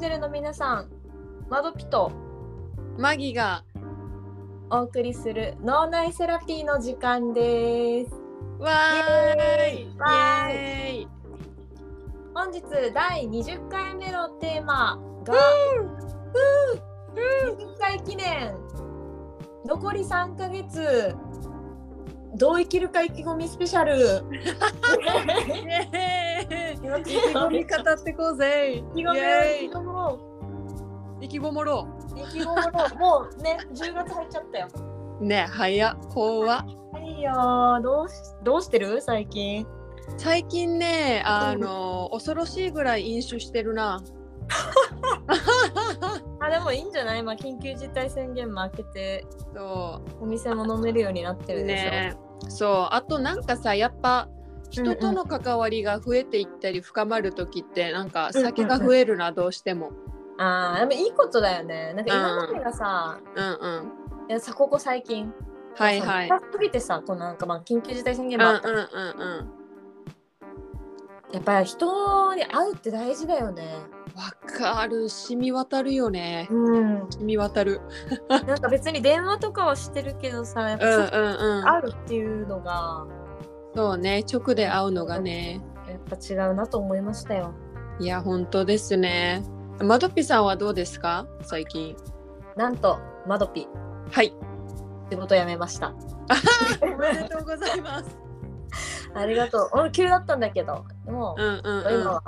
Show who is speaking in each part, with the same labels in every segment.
Speaker 1: ネルの皆さん、マドピと
Speaker 2: マギが
Speaker 1: お送りする脳内セラピーの時間です。
Speaker 2: わ
Speaker 1: ー
Speaker 2: ー
Speaker 1: い
Speaker 2: い
Speaker 1: わーい
Speaker 2: イエーイ
Speaker 1: 本日第20回目のテーマが、20回記念残り3ヶ月どう生きるか意気込みスペシャル
Speaker 2: イエーイ
Speaker 1: 意気
Speaker 2: 意気込み語ってこうぜ
Speaker 1: 意気込みを
Speaker 2: イ
Speaker 1: 意
Speaker 2: エ
Speaker 1: 気込も
Speaker 2: ーイ意気込もろ
Speaker 1: う意気込もうもうね10月入っちゃったよ。
Speaker 2: うねえ早っ怖っ
Speaker 1: いいよーどうしどうしてる最近
Speaker 2: 最近ねあの恐ろしいぐらい飲酒してるな
Speaker 1: あでもいいんじゃない、まあ、緊急事態宣言も開けて
Speaker 2: そ
Speaker 1: お店も飲めるようになって
Speaker 2: う
Speaker 1: るでしょ、
Speaker 2: ねえそうあとなんかさやっぱ人との関わりが増えていったり深まる時ってなんか酒が増えるなどうしても
Speaker 1: ああでもいいことだよねなんか今までがさ、
Speaker 2: うんうん
Speaker 1: いやさここ最近
Speaker 2: はいはい
Speaker 1: さ過ぎてさこうなんかまあ緊急事態宣言
Speaker 2: うん
Speaker 1: も
Speaker 2: う
Speaker 1: あ
Speaker 2: ん
Speaker 1: った、
Speaker 2: うんうん
Speaker 1: やっぱり人に会うって大事だよね
Speaker 2: わかる染み渡るよね
Speaker 1: うん
Speaker 2: 染み渡る
Speaker 1: なんか別に電話とかはしてるけどさやっ
Speaker 2: う
Speaker 1: ぱ
Speaker 2: ん
Speaker 1: 直
Speaker 2: うん
Speaker 1: 接
Speaker 2: うん
Speaker 1: 会うっていうのが
Speaker 2: そうね直で会うのがね
Speaker 1: やっぱ違うなと思いましたよ
Speaker 2: いや本当ですねまどぴさんはどうですか最近
Speaker 1: なんとマドピ
Speaker 2: はい
Speaker 1: 仕事辞めま した
Speaker 2: おめでとうございます
Speaker 1: ありがとう俺急だったんだけどでも
Speaker 2: うんうんうん
Speaker 1: 今は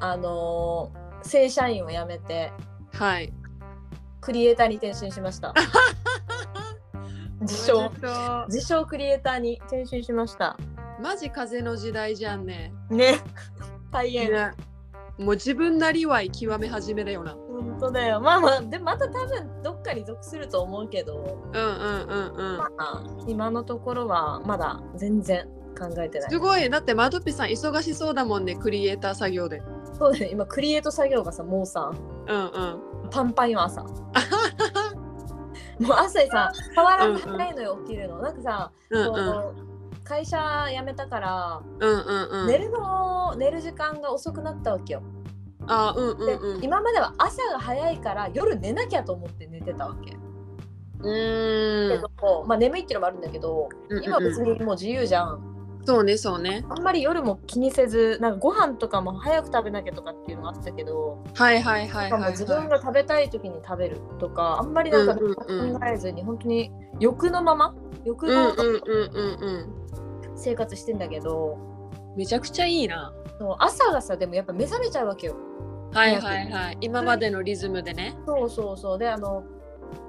Speaker 1: あのー正社員を辞めて
Speaker 2: はい
Speaker 1: クリエイターに転身しました自
Speaker 2: お
Speaker 1: 称
Speaker 2: めでと
Speaker 1: 自称クリエイターに転身しました
Speaker 2: う マジ風の時代じゃんね
Speaker 1: ね大変
Speaker 2: ねもう自分なりわい極め始めだよなうん
Speaker 1: 本当だよまあまあでまた多分どっかに属すると思うけど、
Speaker 2: うんうんうん
Speaker 1: まあ、今のところはまだ全然考えてない
Speaker 2: すごいだってまどぴさん忙しそうだもんねクリエイター作業で
Speaker 1: そうだね今クリエイト作業がさもうさ
Speaker 2: うんうん
Speaker 1: パンパンよ 朝もう朝さ変わらず早いのよ起きるの、なんかさ、
Speaker 2: うん
Speaker 1: こ
Speaker 2: うん
Speaker 1: う会社辞めたから
Speaker 2: うんうんうん
Speaker 1: 寝るの寝る時間が遅くなったわけよ。
Speaker 2: あうんう
Speaker 1: で、
Speaker 2: んうん
Speaker 1: 今までは朝が早いから夜寝なきゃと思って寝てたわけ。
Speaker 2: うー
Speaker 1: け
Speaker 2: ん
Speaker 1: ど、まあ、眠いっていうのもあるんだけど今は別
Speaker 2: うん
Speaker 1: にもう自由じゃん。
Speaker 2: うんそうねそうね
Speaker 1: あんまり夜も気にせずなんかご飯とかも早く食べなきゃとかっていうのがあったけど、
Speaker 2: はいはいはい
Speaker 1: なんか
Speaker 2: は
Speaker 1: も
Speaker 2: いう
Speaker 1: 自分が食べたい時に食べるとかあんまりなんか
Speaker 2: うん
Speaker 1: 考
Speaker 2: うんうん
Speaker 1: えずに本当に欲のまま欲
Speaker 2: うん
Speaker 1: の
Speaker 2: うんうんうん
Speaker 1: 生活してんだけど、
Speaker 2: うんめちゃくちゃいいな
Speaker 1: そう朝がさでもやっぱ目覚めちゃうわけよ。
Speaker 2: はいはいはい今までのリズムでね
Speaker 1: そうそうそうであの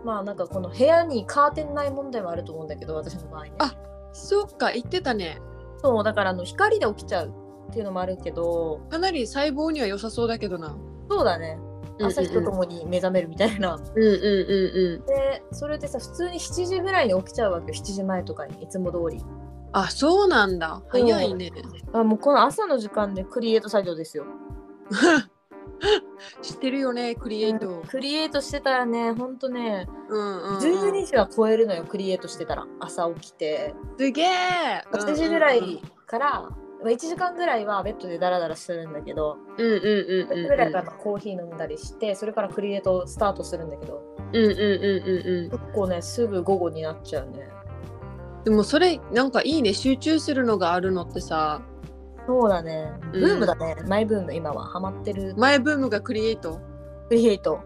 Speaker 1: まあなんかこの部屋にカーテンない問題もあると思うんだけど私の場合ね
Speaker 2: あそっか言ってたね
Speaker 1: そうだからあの光で起きちゃうっていうのもあるけど
Speaker 2: かなり細胞には良さそうだけどな
Speaker 1: そうだね朝日とと
Speaker 2: も
Speaker 1: もに目覚めるみたいな、
Speaker 2: うんうんうんうん
Speaker 1: でそれでさ普通に7時ぐらいに起きちゃうわけよ7時前とかにいつも通り
Speaker 2: あそうなんだ早いね
Speaker 1: あもうこの朝の時間でクリエイト作業ですよ
Speaker 2: 知ってるよねクリエイト
Speaker 1: クリエイトしてたらねほんとね
Speaker 2: うんうんうん
Speaker 1: 12時は超えるのよクリエイトしてたら朝起きて
Speaker 2: すげえ
Speaker 1: 7時ぐらいから、まあ、1時間ぐらいはベッドでダラダラするんだけど
Speaker 2: うんうんうん
Speaker 1: それ
Speaker 2: うん
Speaker 1: ぐらいからコーヒー飲んだりしてそれからクリエイトスタートするんだけど
Speaker 2: うんうんうんうんうん
Speaker 1: 結構ねすぐ午後になっちゃうね
Speaker 2: でもそれなんかいいね集中するのがあるのってさ
Speaker 1: そうだねブ
Speaker 2: うん
Speaker 1: ームだね、マイブーム今はハマってる
Speaker 2: 前ブームがクリエイト
Speaker 1: クリエイト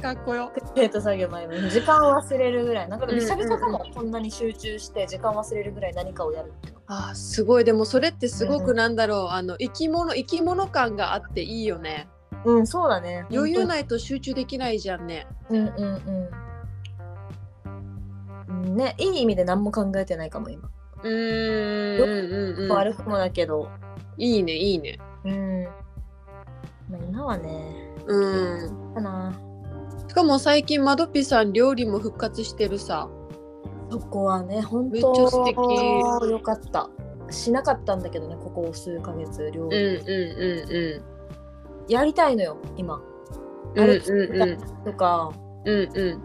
Speaker 2: かっこよ
Speaker 1: クリエイト作業前に時間を忘れるぐらいなんかでも久々か
Speaker 2: う
Speaker 1: もこんなに集中して時間を忘れるぐらい何かをやるっていうの
Speaker 2: あーすごいでもそれってすご
Speaker 1: う
Speaker 2: くなんだろう、あの生き物生き物感があっていいよね
Speaker 1: うんそうだね
Speaker 2: 余裕ないと集中できないじゃんね
Speaker 1: うんうんうんねいい意味で何も考えてないかも今、
Speaker 2: うーんうんうんうん
Speaker 1: 歩くもだけど
Speaker 2: いいねいいね
Speaker 1: うん、まあ、今はね
Speaker 2: うん
Speaker 1: かな
Speaker 2: しかも最近まどぴさん料理も復活してるさ
Speaker 1: そこはね本
Speaker 2: めっちゃ
Speaker 1: 当
Speaker 2: 素敵
Speaker 1: よかったしなかったんだけどねここ数ヶ月料
Speaker 2: うんうん
Speaker 1: 理、
Speaker 2: うんう
Speaker 1: やりたいのよ今
Speaker 2: んうん
Speaker 1: 歩き
Speaker 2: うんうん
Speaker 1: とか
Speaker 2: うんうん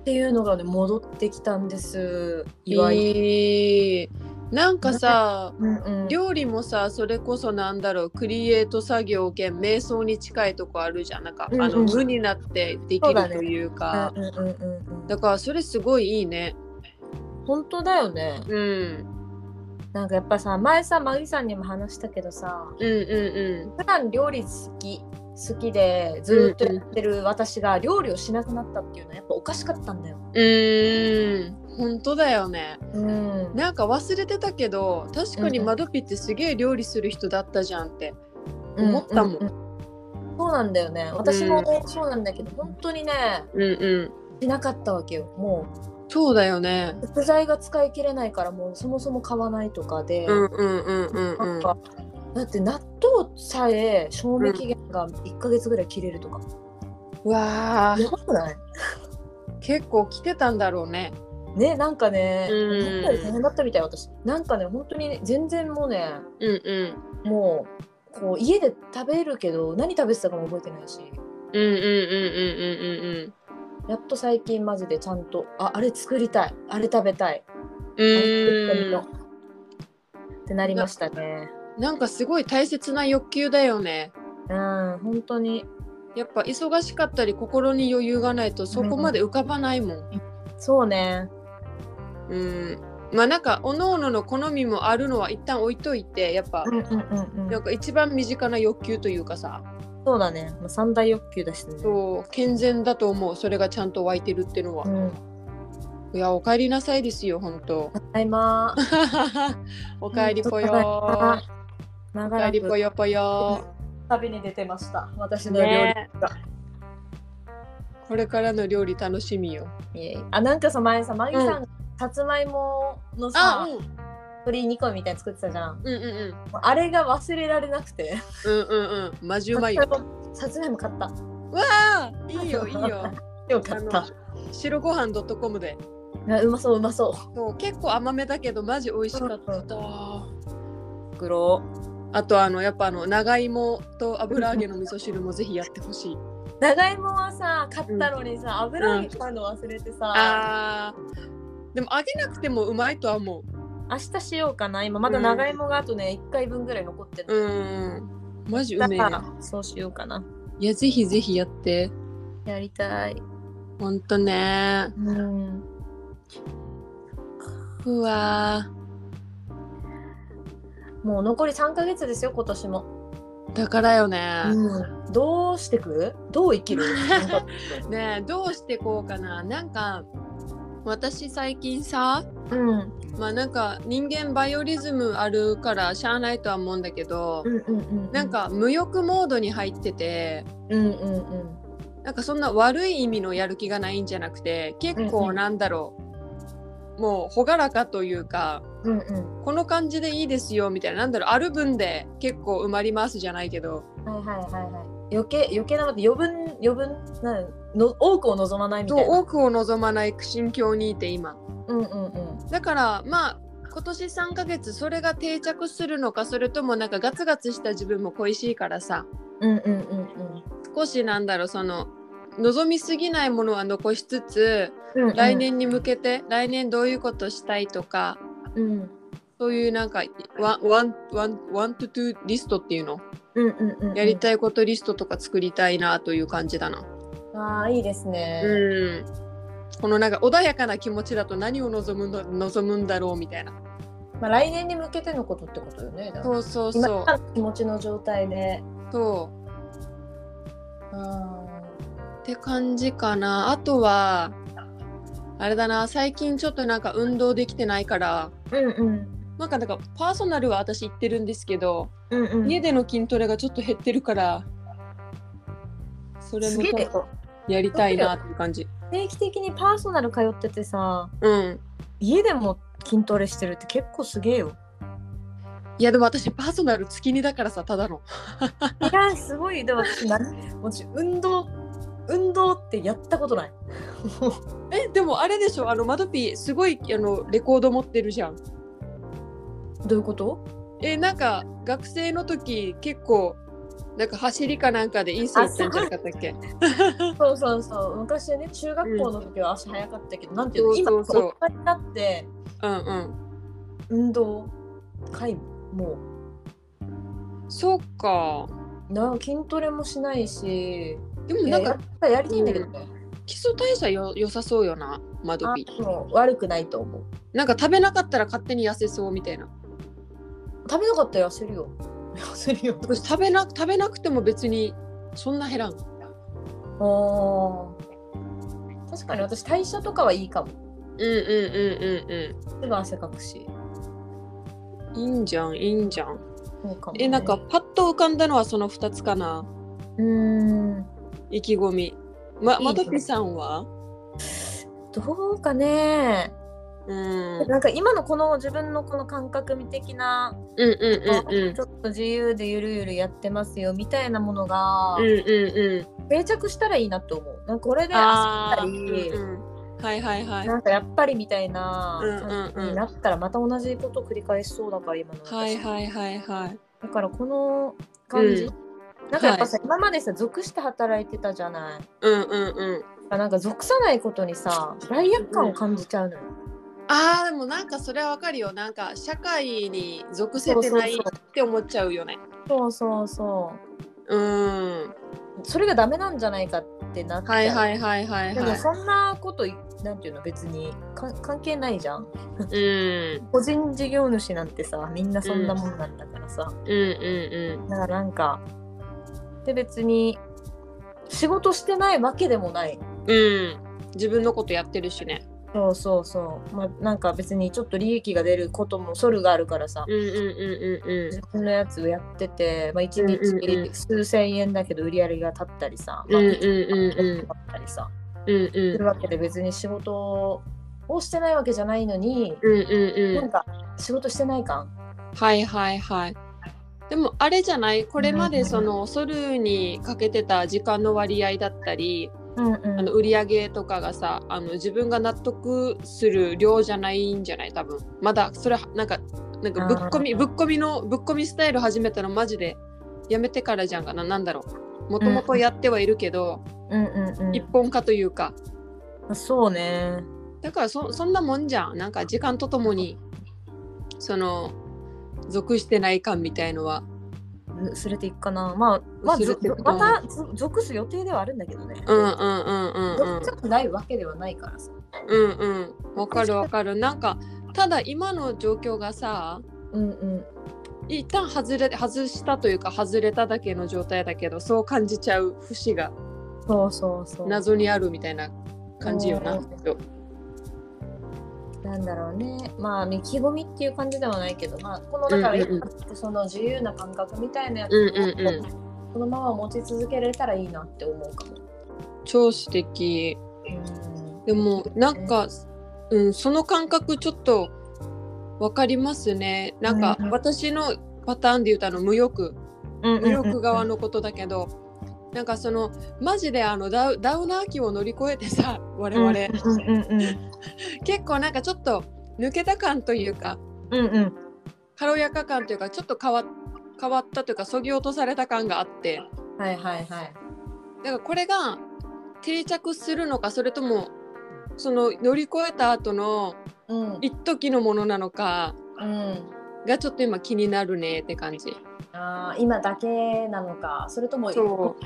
Speaker 1: っていうのがね戻ってきたんです
Speaker 2: え
Speaker 1: いわゆる
Speaker 2: ーなんかさ、
Speaker 1: うんうん
Speaker 2: 料理もさそれこそなんだろうクリエイト作業兼瞑想に近いとこあるじゃんなんか、あ
Speaker 1: うんう
Speaker 2: の
Speaker 1: ん
Speaker 2: 無になってで
Speaker 1: そ
Speaker 2: き
Speaker 1: うだ
Speaker 2: る
Speaker 1: ね
Speaker 2: というか
Speaker 1: うんうんうんうん
Speaker 2: だからそれすごいいいね
Speaker 1: 本当だよね
Speaker 2: うん
Speaker 1: なんかやっぱさ前さマギさんにも話したけどさ
Speaker 2: うんう
Speaker 1: 普段料理好き好きでずっとやってる私が料理をしなくなったっていうのはやっぱおかしかったんだよ。
Speaker 2: んうんうーん本当だよね
Speaker 1: うん、
Speaker 2: なんか忘れてたけど確かにマドピってすげえ料理する人だったじゃんって思ったもん
Speaker 1: うううんそうなんだよね私もそうなんだけど、本当にね
Speaker 2: うんう
Speaker 1: しなかったわけよも
Speaker 2: んそうだよね
Speaker 1: う食材が使い切れないからもうそもそも買わないとかで、
Speaker 2: うんうんうんうん
Speaker 1: な
Speaker 2: うんん
Speaker 1: かだって納豆さえ賞味期限が1ヶ月ぐらい切れるとか、
Speaker 2: うわー
Speaker 1: やばくない
Speaker 2: 結構来てたんだろうね
Speaker 1: ねなんかね、
Speaker 2: うん
Speaker 1: やっぱり大変だったみたい私なんかね本当にね全然もうね
Speaker 2: うんうん
Speaker 1: もうこう家で食べるけど何食べてたかも覚えてないし
Speaker 2: うんうんうん
Speaker 1: やっと最近マジでちゃんとああれ作りたいあれ食べたい
Speaker 2: うんうんう
Speaker 1: あれ作ってみ
Speaker 2: んうー
Speaker 1: よ
Speaker 2: ん
Speaker 1: うってなりましたね
Speaker 2: なんかすごい大切な欲求だよね
Speaker 1: うん本当に
Speaker 2: やっぱ忙しかったり心に余裕がないとそこまで浮かばないもん
Speaker 1: そうね
Speaker 2: うんまあなんか各々の好みもあるのは一旦置いといてやっぱ
Speaker 1: うんうんうんう
Speaker 2: なん
Speaker 1: ん
Speaker 2: か一番身近な欲求というかさ
Speaker 1: そうだね、まあ、三大欲求だしね
Speaker 2: そう健全だと思うそれがちゃんと湧いてるってのは
Speaker 1: うん
Speaker 2: いやお帰りなさいですよ本当
Speaker 1: ただいま
Speaker 2: お帰りぽよー
Speaker 1: あ
Speaker 2: お
Speaker 1: 長ら
Speaker 2: 帰
Speaker 1: く
Speaker 2: りぽよぽよー
Speaker 1: 旅に出てました私の料理、
Speaker 2: ねこれからの料理楽しみよ。
Speaker 1: いえいえあなんかさ前さマギさん、さつまいものさ
Speaker 2: うん、
Speaker 1: 鶏煮込みみたいに作ってたじゃん
Speaker 2: うんうん
Speaker 1: あれが忘れられなくて
Speaker 2: うんうんうんうんマジうまいよ。
Speaker 1: さつまいも買った
Speaker 2: ああいいよいいよ。
Speaker 1: よか
Speaker 2: あ
Speaker 1: っ
Speaker 2: の
Speaker 1: た
Speaker 2: 白ご飯 .com で
Speaker 1: あうまそううまそう
Speaker 2: そう結構甘めだけどマジ美味しかった。
Speaker 1: 黒
Speaker 2: あとあのやっぱあの長芋と油揚げの味噌汁もぜひやってほしい。
Speaker 1: 長芋はさ買ったのにさ油揚げ買うの忘れてさ、
Speaker 2: ああでも揚げなくてもうまいとは思う。
Speaker 1: 明日しようかな今まだ長芋があとね1回分ぐらい残ってる、
Speaker 2: うんマジう
Speaker 1: だ
Speaker 2: めえ
Speaker 1: か
Speaker 2: な。
Speaker 1: らそうしようかない
Speaker 2: やぜひぜひやって。
Speaker 1: やりたい
Speaker 2: ほんとね
Speaker 1: うん
Speaker 2: うわ
Speaker 1: もう残り3ヶ月ですよ今年も、
Speaker 2: ーだからよね。
Speaker 1: うん、どうしてくどう生 きる
Speaker 2: ねえどうしてこうかななんか私最近さ
Speaker 1: うんうん
Speaker 2: まあなんか人間バイオリズムあるからしゃあないとは思うんだけど、
Speaker 1: うんうん
Speaker 2: なんか無欲モードに入ってて
Speaker 1: うんうんうん
Speaker 2: なんかそんな悪い意味のやる気がないんじゃなくて結
Speaker 1: うんう
Speaker 2: 構
Speaker 1: ん
Speaker 2: なんだろう、もう朗らかというか
Speaker 1: うんうん
Speaker 2: この感じでいいですよみたいななんだろうある分で結構埋まりますじゃないけど
Speaker 1: はいはいはいはい余計余計なこと余分余分なの多くを望まないみ
Speaker 2: と
Speaker 1: たいな
Speaker 2: 多くを望まない心境にいて今。
Speaker 1: うんうんうん
Speaker 2: だからまあ今年3ヶ月それが定着するのかそれともなんかガツガツした自分も恋しいからさ
Speaker 1: うんうんうん
Speaker 2: 少しなんだろうその望みすぎないものは残しつつ
Speaker 1: うんうん
Speaker 2: 来年に向けて、来年どういうことしたいとか
Speaker 1: うん
Speaker 2: そういうなんかワンワンワンワントゥトゥリストっていうの
Speaker 1: うんうんうん
Speaker 2: やりたいことリストとか作りたいなという感じだな。
Speaker 1: ああいいですね、
Speaker 2: うんこのなんか穏やかな気持ちだと何を望むの望むんだろうみたいな。
Speaker 1: まあ、来年に向けてのことってことよねだから
Speaker 2: そうそう
Speaker 1: 今
Speaker 2: そ
Speaker 1: の気持ちの状態で
Speaker 2: う。そう
Speaker 1: あ
Speaker 2: って感じかなあとはあれだな最近ちょっとなんか運動できてないから
Speaker 1: ーうんうん
Speaker 2: なんかなんかパーソナルは私行ってるんですけど、
Speaker 1: うんうん
Speaker 2: 家での筋トレがちょっと減ってるからそれ
Speaker 1: す
Speaker 2: も
Speaker 1: げ
Speaker 2: ちょ
Speaker 1: え
Speaker 2: っとやりたいなっていう感じ
Speaker 1: 定期的にパーソナル通っててさ
Speaker 2: うん
Speaker 1: 家でも筋トレしてるって結構すげえよ
Speaker 2: いやでも私パーソナル月にだからさただの
Speaker 1: いやすごいでも私何もう私運動運動ってやったことない
Speaker 2: えでもあれでしょあのマドピーすごいあのレコード持ってるじゃん
Speaker 1: どういうこと
Speaker 2: えなんか学生の時結構なんか走りかなんかでインスタ行ったんじゃなかったっけ
Speaker 1: そうそうそう昔ね中学校の時は足早かったけど、なんていう
Speaker 2: そ
Speaker 1: の
Speaker 2: うそうそう
Speaker 1: 今大人になって
Speaker 2: うんうん
Speaker 1: 運動皆無も
Speaker 2: そうか
Speaker 1: うな筋トレもしないし
Speaker 2: でも
Speaker 1: いや
Speaker 2: なん
Speaker 1: や
Speaker 2: か
Speaker 1: ったらやりたいんだけどね、
Speaker 2: 基礎代謝よ良さそうよなマド
Speaker 1: あ
Speaker 2: ビ
Speaker 1: でも悪くないと思う
Speaker 2: なんか食べなかったら勝手に痩せそうみたいな
Speaker 1: 食べなかったら痩せる よ痩せるよ
Speaker 2: 私食べな食べなくても別にそんな減らん
Speaker 1: あー確かに私代謝とかはいいかも
Speaker 2: うんうんうんうん
Speaker 1: すぐ汗かくし
Speaker 2: うんいいんじゃんいいんじゃん
Speaker 1: そうかも、ね、
Speaker 2: えなんかパッと浮かんだのはその2つかな
Speaker 1: うーん
Speaker 2: 意気込みま
Speaker 1: いい
Speaker 2: マドピさんは
Speaker 1: どうかね
Speaker 2: うんうん
Speaker 1: なんか今のこの自分のこの感覚的な、
Speaker 2: うんうん うん
Speaker 1: ちょっと自由でゆるゆるやってますよみたいなものが
Speaker 2: うんうんうん
Speaker 1: 定着したらいいなと思う。なんかこれで遊ん
Speaker 2: あ
Speaker 1: だ
Speaker 2: ー
Speaker 1: り、
Speaker 2: うんうんはいはいはい
Speaker 1: なんかやっぱりみたいな
Speaker 2: うんうんうん
Speaker 1: 感じになったらまた同じことを繰り返しそうだから今の私
Speaker 2: はいはいはいはい
Speaker 1: だからこの感じ、
Speaker 2: う
Speaker 1: なんかやっぱさ、今までさ属して働いてたじゃない。
Speaker 2: うんうんうん
Speaker 1: なんか属さないことにさ罪悪感を感じちゃうのよ。
Speaker 2: あーでもなんかそれはわかるよなんか社会に属せてないって思っちゃうよね
Speaker 1: そうそうそう。
Speaker 2: うん
Speaker 1: それがダメなんじゃないかってなって。
Speaker 2: はいはいはいはい
Speaker 1: でも
Speaker 2: はい
Speaker 1: そんなこといなんていうの別にか関係ないじゃん
Speaker 2: うん
Speaker 1: 個人事業主なんてさみんなそんなもんなんだからさ、
Speaker 2: うんうん
Speaker 1: だからなんかで別に仕事してないわけでもない
Speaker 2: うんうん自分のことやってるしね
Speaker 1: そうそうそうまあなんか別にちょっと利益が出ることもソルがあるからさ、
Speaker 2: うんうんうんうんうん
Speaker 1: 自分のやつをやってて、まあ、1
Speaker 2: うんうんう
Speaker 1: 日
Speaker 2: ん
Speaker 1: 数千円だけど売り上げが立ったりさ、
Speaker 2: うん
Speaker 1: ま
Speaker 2: うん
Speaker 1: あ
Speaker 2: うんうん
Speaker 1: だったりさ
Speaker 2: うんうん
Speaker 1: するわけで別に仕事をしてないわけじゃないのに、
Speaker 2: うんうん
Speaker 1: なんか仕事してない感
Speaker 2: うんはいはいはいでもあれじゃないこれま
Speaker 1: うん
Speaker 2: で
Speaker 1: うん
Speaker 2: そのソルにかけてた時間の割合だったり
Speaker 1: うんうん
Speaker 2: あの売り上げとかがさあの自分が納得する量じゃないんじゃない多分まだそれはなんかなんかぶっこみ
Speaker 1: あー
Speaker 2: ぶっこみのぶっこみスタイル始めたのマジでやめてからじゃんかななんだろうもともとやってはいるけど、
Speaker 1: うんうんうん
Speaker 2: 一本化というか
Speaker 1: そうね
Speaker 2: だからそそんなもんじゃんなんか時間とともにその属してない感みたいのは
Speaker 1: すれていくかなまあまあ
Speaker 2: 薄れ
Speaker 1: ず
Speaker 2: ていくか
Speaker 1: またず属す予定ではあるんだけどね、
Speaker 2: うんうんうんうんう
Speaker 1: 属
Speaker 2: ん
Speaker 1: したくないわけではないからさ
Speaker 2: うんうんわかるわかるなんかただ今の状況がさ
Speaker 1: うんうん
Speaker 2: 一旦外れ外したというか外れただけの状態だけどそう感じちゃう節が
Speaker 1: そうそうそうな
Speaker 2: 謎にあるみたいな感じよな
Speaker 1: う
Speaker 2: き
Speaker 1: ん
Speaker 2: っと
Speaker 1: んだろうねまあ意気込みっていう感じではないけどまあこのだから、
Speaker 2: うんうん
Speaker 1: その自由な感覚みたいなやつ
Speaker 2: うんうんうん
Speaker 1: このまま持ち続けられたらいいなって思うかも、
Speaker 2: 超素敵
Speaker 1: うん
Speaker 2: でもなんか、うん、その感覚ちょっとわかりますねなんか
Speaker 1: うんうん
Speaker 2: 私のパターンで言うとあの無欲
Speaker 1: うん
Speaker 2: 無欲側のことだけど、なんかそのマジであのダウダウナー期を乗り越えてさ我々、
Speaker 1: うんうんうん
Speaker 2: 結構なんかちょっと抜けた感というか
Speaker 1: うんうん
Speaker 2: 軽やか感というかちょっと変わ変わったというかそぎ落とされた感があって
Speaker 1: はいはいはい
Speaker 2: だからこれが定着するのかそれともその乗り越えた後の
Speaker 1: うん
Speaker 2: 一時のものなのか
Speaker 1: うん
Speaker 2: がちょっと今気になるねって感じ。
Speaker 1: あー今だけなのかそれとも
Speaker 2: そ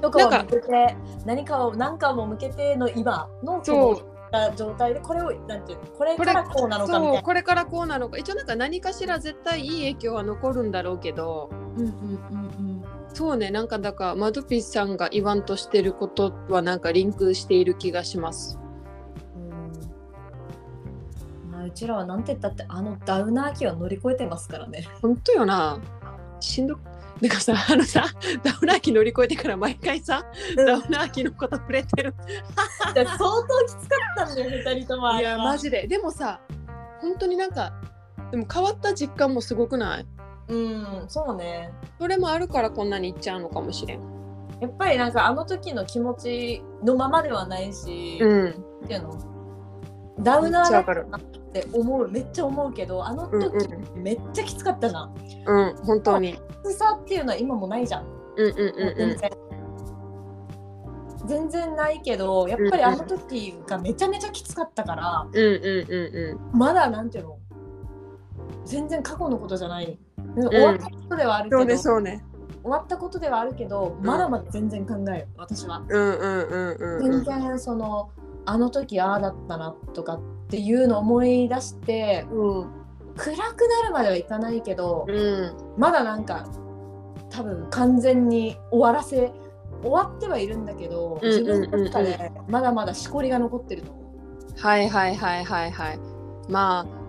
Speaker 1: とかを向けて何かを何かも向けての今の
Speaker 2: そう
Speaker 1: この状態でこれをなんていうのこれか
Speaker 2: これ
Speaker 1: らこうなのかみた
Speaker 2: そ
Speaker 1: いう
Speaker 2: これからこうなのか一応なんか何かしら絶対いい影響は残るんだろうけど
Speaker 1: な。うんうん
Speaker 2: そうねなんかだからマドピスさんが言わんとしてることはなんかリンクしている気がします。
Speaker 1: うんうん。まあうちらはなんて言ったってあのダウナー期を乗り越えてますからね。
Speaker 2: 本当よなしんどなんかさあのさ ダウナー期乗り越えてから毎回さダウナー期のこと触れてる
Speaker 1: 相当きつかったんだよ二人ともあ
Speaker 2: い
Speaker 1: れは。
Speaker 2: やマジででもさ本当になんかでも変わった実感もすごくない
Speaker 1: うんそうね。
Speaker 2: それもあるからこんなにいっちゃうのかもしれん
Speaker 1: やっぱりなんかあの時の気持ちのままではないし、
Speaker 2: うん
Speaker 1: っていうのダウナーだ
Speaker 2: めっちゃわかる
Speaker 1: なって思うめっちゃ思うけどあの
Speaker 2: うんう
Speaker 1: 時
Speaker 2: ん
Speaker 1: めっちゃきつかったじゃん。
Speaker 2: うん本当に
Speaker 1: きつさっていうのは今もないじゃん。も
Speaker 2: うんうん
Speaker 1: う
Speaker 2: うん
Speaker 1: 全
Speaker 2: う
Speaker 1: 然全然ないけどやっぱりあの時がめちゃめちゃきつかったから
Speaker 2: んうんうんうん
Speaker 1: まだなんていうの全然過去のことじゃない、終わったことではあるけど、
Speaker 2: そうね
Speaker 1: 終
Speaker 2: そうね
Speaker 1: わったことではあるけどまだまだ全然考える私は、
Speaker 2: うんうんうんうん
Speaker 1: 全
Speaker 2: う
Speaker 1: 然そのあの時ああだったなとかっていうのを思い出して
Speaker 2: ん
Speaker 1: 暗くなるまではいかないけど、
Speaker 2: うん
Speaker 1: まだなんか多分完全に終わらせ終わってはいるんだけど、
Speaker 2: うんうんうんうん
Speaker 1: 自分の中でまだまだしこりが残ってると思
Speaker 2: はいはいはいはいはいまあ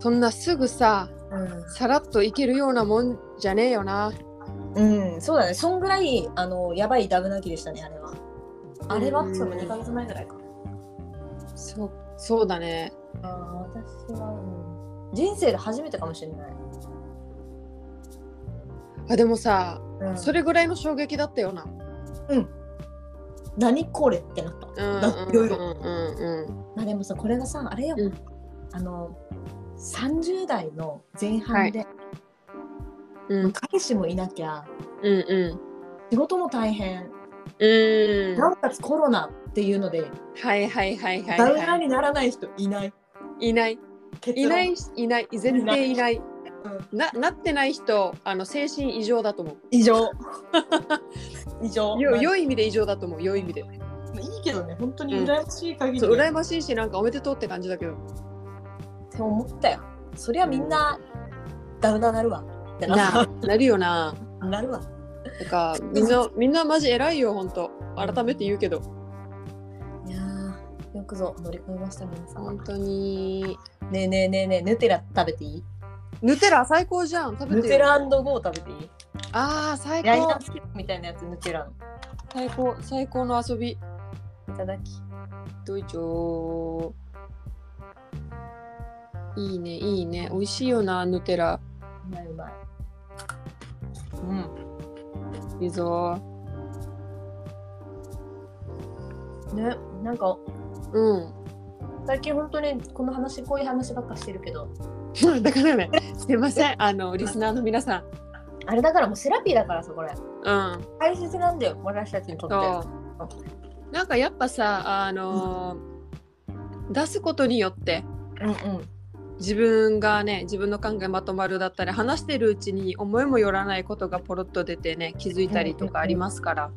Speaker 2: そんなすぐさ
Speaker 1: う。
Speaker 2: さらっといけるようなもんじゃねえよな
Speaker 1: うん、そうだね。そんぐらいあのやばいダブなきでしたねあれは。あれは
Speaker 2: うん
Speaker 1: その2ヶ月前ぐらいか。
Speaker 2: そうそうだね
Speaker 1: ああ私は、うん人生で初めてかもしれない。
Speaker 2: あでもさ
Speaker 1: うん
Speaker 2: それぐらいの衝撃だったよな
Speaker 1: 何これってなった。
Speaker 2: うん
Speaker 1: だ
Speaker 2: うん
Speaker 1: いうろい
Speaker 2: ん
Speaker 1: ろ
Speaker 2: うん
Speaker 1: まあでもさこれがさあれよ、
Speaker 2: うん
Speaker 1: あの30代の前半で、
Speaker 2: うんうん
Speaker 1: 彼氏もいなきゃ
Speaker 2: うんうん
Speaker 1: 仕事も大変、
Speaker 2: うん
Speaker 1: なおかつコロナっていうので
Speaker 2: はいはいはいはい
Speaker 1: ダウナー
Speaker 2: は
Speaker 1: にならない人いない。
Speaker 2: いいない
Speaker 1: 結
Speaker 2: いないいない絶対いない
Speaker 1: うん
Speaker 2: ななってない人あの精神異常だと思う
Speaker 1: 異 常。異常。
Speaker 2: よ
Speaker 1: まあ
Speaker 2: 良い意味で異常だと思う良い意味で
Speaker 1: いいけどね、本当に羨ましい限り、
Speaker 2: そう羨ましいしなんかおめでとうって感じだけど
Speaker 1: って思ったよ。そりゃみんなダウナーなるわ。ってな
Speaker 2: ななるよな
Speaker 1: なるわ。
Speaker 2: なんかみんなみんなマジ偉いよ本当改めて言うけど
Speaker 1: いやーよくぞ乗り越えました皆さん。
Speaker 2: 本当に
Speaker 1: ねえねえねえねえ、ヌテラ食べていい
Speaker 2: ヌテラ最高じゃん食べ
Speaker 1: ヌ
Speaker 2: て
Speaker 1: テ
Speaker 2: よ
Speaker 1: ラゴー食べていい
Speaker 2: あー最
Speaker 1: ライ
Speaker 2: 高
Speaker 1: ナースキップみたいなやつヌテラの。
Speaker 2: 最高最高の遊び
Speaker 1: いただき。
Speaker 2: どいちょーいいねいいね美味しいよなヌテラ
Speaker 1: うまいうまい。うん。
Speaker 2: いいぞ
Speaker 1: ね、なんか
Speaker 2: うん
Speaker 1: 最近本当にこの話、こういう話ばっかしてるけど、
Speaker 2: だからね、すいません、あのリスナーの皆さん。
Speaker 1: あれだからもうセラピーだからさ、これ。
Speaker 2: うん、
Speaker 1: 大切なんだよ、私たちにとって。
Speaker 2: そう。なんかやっぱさ、あのー出すことによって。
Speaker 1: うんうん。
Speaker 2: 自分がね自分の考えまとまるだったり話してるうちに思いもよらないことがポロッと出てね気づいたりとかありますから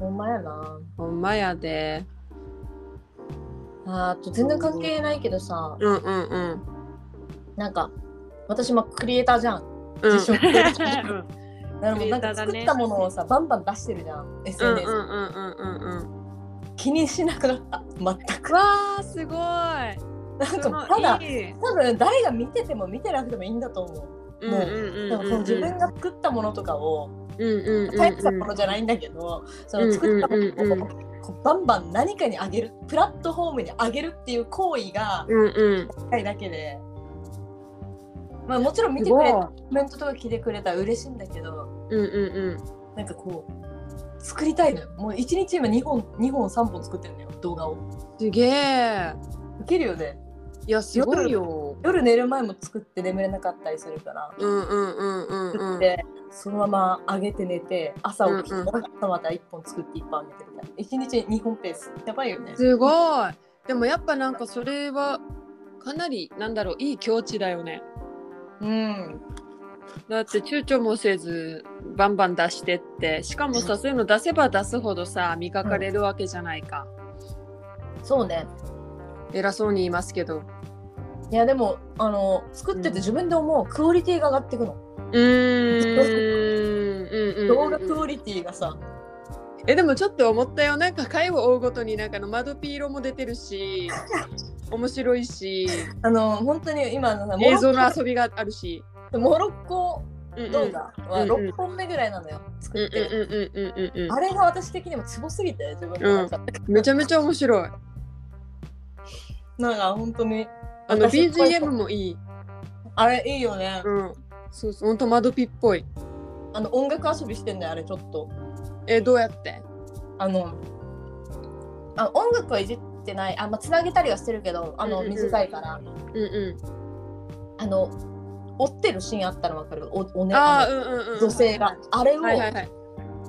Speaker 1: ほんまやな。
Speaker 2: ほんまやで
Speaker 1: あーあと全然関係ないけどさ、
Speaker 2: うんうんうん
Speaker 1: なんか私まあクリエイターじゃん。
Speaker 2: うん
Speaker 1: 自称クリエイター
Speaker 2: うん
Speaker 1: なる
Speaker 2: ク
Speaker 1: ほ
Speaker 2: リエイタ
Speaker 1: な
Speaker 2: ー
Speaker 1: んか
Speaker 2: だね
Speaker 1: 作ったものをさ、バンバン出してるじゃん。
Speaker 2: うんうん
Speaker 1: SNS、
Speaker 2: うんうんうんうん
Speaker 1: 気にしなくなった。全く。
Speaker 2: わーすごい
Speaker 1: なん
Speaker 2: そ
Speaker 1: か
Speaker 2: の
Speaker 1: ただ
Speaker 2: いい
Speaker 1: 多分誰が見てても見てなくてもいいんだと思う。
Speaker 2: うんうん
Speaker 1: でも
Speaker 2: うん
Speaker 1: その自分が作ったものとかを、
Speaker 2: うんうんうん
Speaker 1: 大したものじゃないんだけど、その作ったも
Speaker 2: うんうん
Speaker 1: の
Speaker 2: う
Speaker 1: をこうバンバン何かにあげる、プラットフォームにあげるっていう行為が
Speaker 2: うんうん
Speaker 1: 一回だけで。まあもちろん見てくれたコメントとか来てくれたら嬉しいんだけど、
Speaker 2: うんうん
Speaker 1: なんかこう作りたいのよもう1日今2本2本3本作ってるのよ動画を
Speaker 2: うんすげえ
Speaker 1: いけるよね
Speaker 2: いやすごいよ
Speaker 1: 夜寝る前も作って眠れなかったりするから
Speaker 2: うんうんうんうん
Speaker 1: 作
Speaker 2: う
Speaker 1: っ
Speaker 2: ん
Speaker 1: て、そのまま上げて寝て朝起きて、
Speaker 2: うんうん
Speaker 1: またまた1本作って1本上げてみたいな1日2本ペースやばいよね
Speaker 2: すごいでもやっぱなんかそれはかなりなんだろういい境地だよね
Speaker 1: うん
Speaker 2: だって躊躇もせずバンバン出してってしかもさそういうの出せば出すほどさ磨かれるわけじゃないか、
Speaker 1: そうね
Speaker 2: 偉そうに言いますけど
Speaker 1: いやでもあの作ってて自分で思うクオリティが上がっていくの、
Speaker 2: うーんうんうん
Speaker 1: 動画
Speaker 2: うん
Speaker 1: クオリティがさ
Speaker 2: えでもちょっと思ったよなんか回を追うごとになんかあの窓ピーロも出てるし面白い し
Speaker 1: あの本当に今のさモロ
Speaker 2: 映像
Speaker 1: ッ
Speaker 2: の遊びがあるし、
Speaker 1: コモロッコ
Speaker 2: うんうん
Speaker 1: 動画は
Speaker 2: うんうん
Speaker 1: 6本目ぐらいなのよ
Speaker 2: うん
Speaker 1: 作
Speaker 2: う
Speaker 1: ってる
Speaker 2: んうんうんうんうん
Speaker 1: あれが私的にもツボすぎて自分の中で、
Speaker 2: めちゃめちゃ面白い。
Speaker 1: なんか本当に
Speaker 2: あの
Speaker 1: 私
Speaker 2: BGM もいい。
Speaker 1: あれいいよね、
Speaker 2: うん。そうそう、本当窓ピっぽい。
Speaker 1: あの音楽遊びしてんだよあれちょっと
Speaker 2: え、どうやって？
Speaker 1: あのあ音楽はいじってないあまあつなげたりはしてるけどあの
Speaker 2: うんうんうん
Speaker 1: 短いから、
Speaker 2: うんう
Speaker 1: あの追ってるシーンあったのわかるおお
Speaker 2: ん。
Speaker 1: ね
Speaker 2: ああ、
Speaker 1: あ
Speaker 2: うんうんう
Speaker 1: の
Speaker 2: ん。
Speaker 1: 女性があれを
Speaker 2: はいはいはい。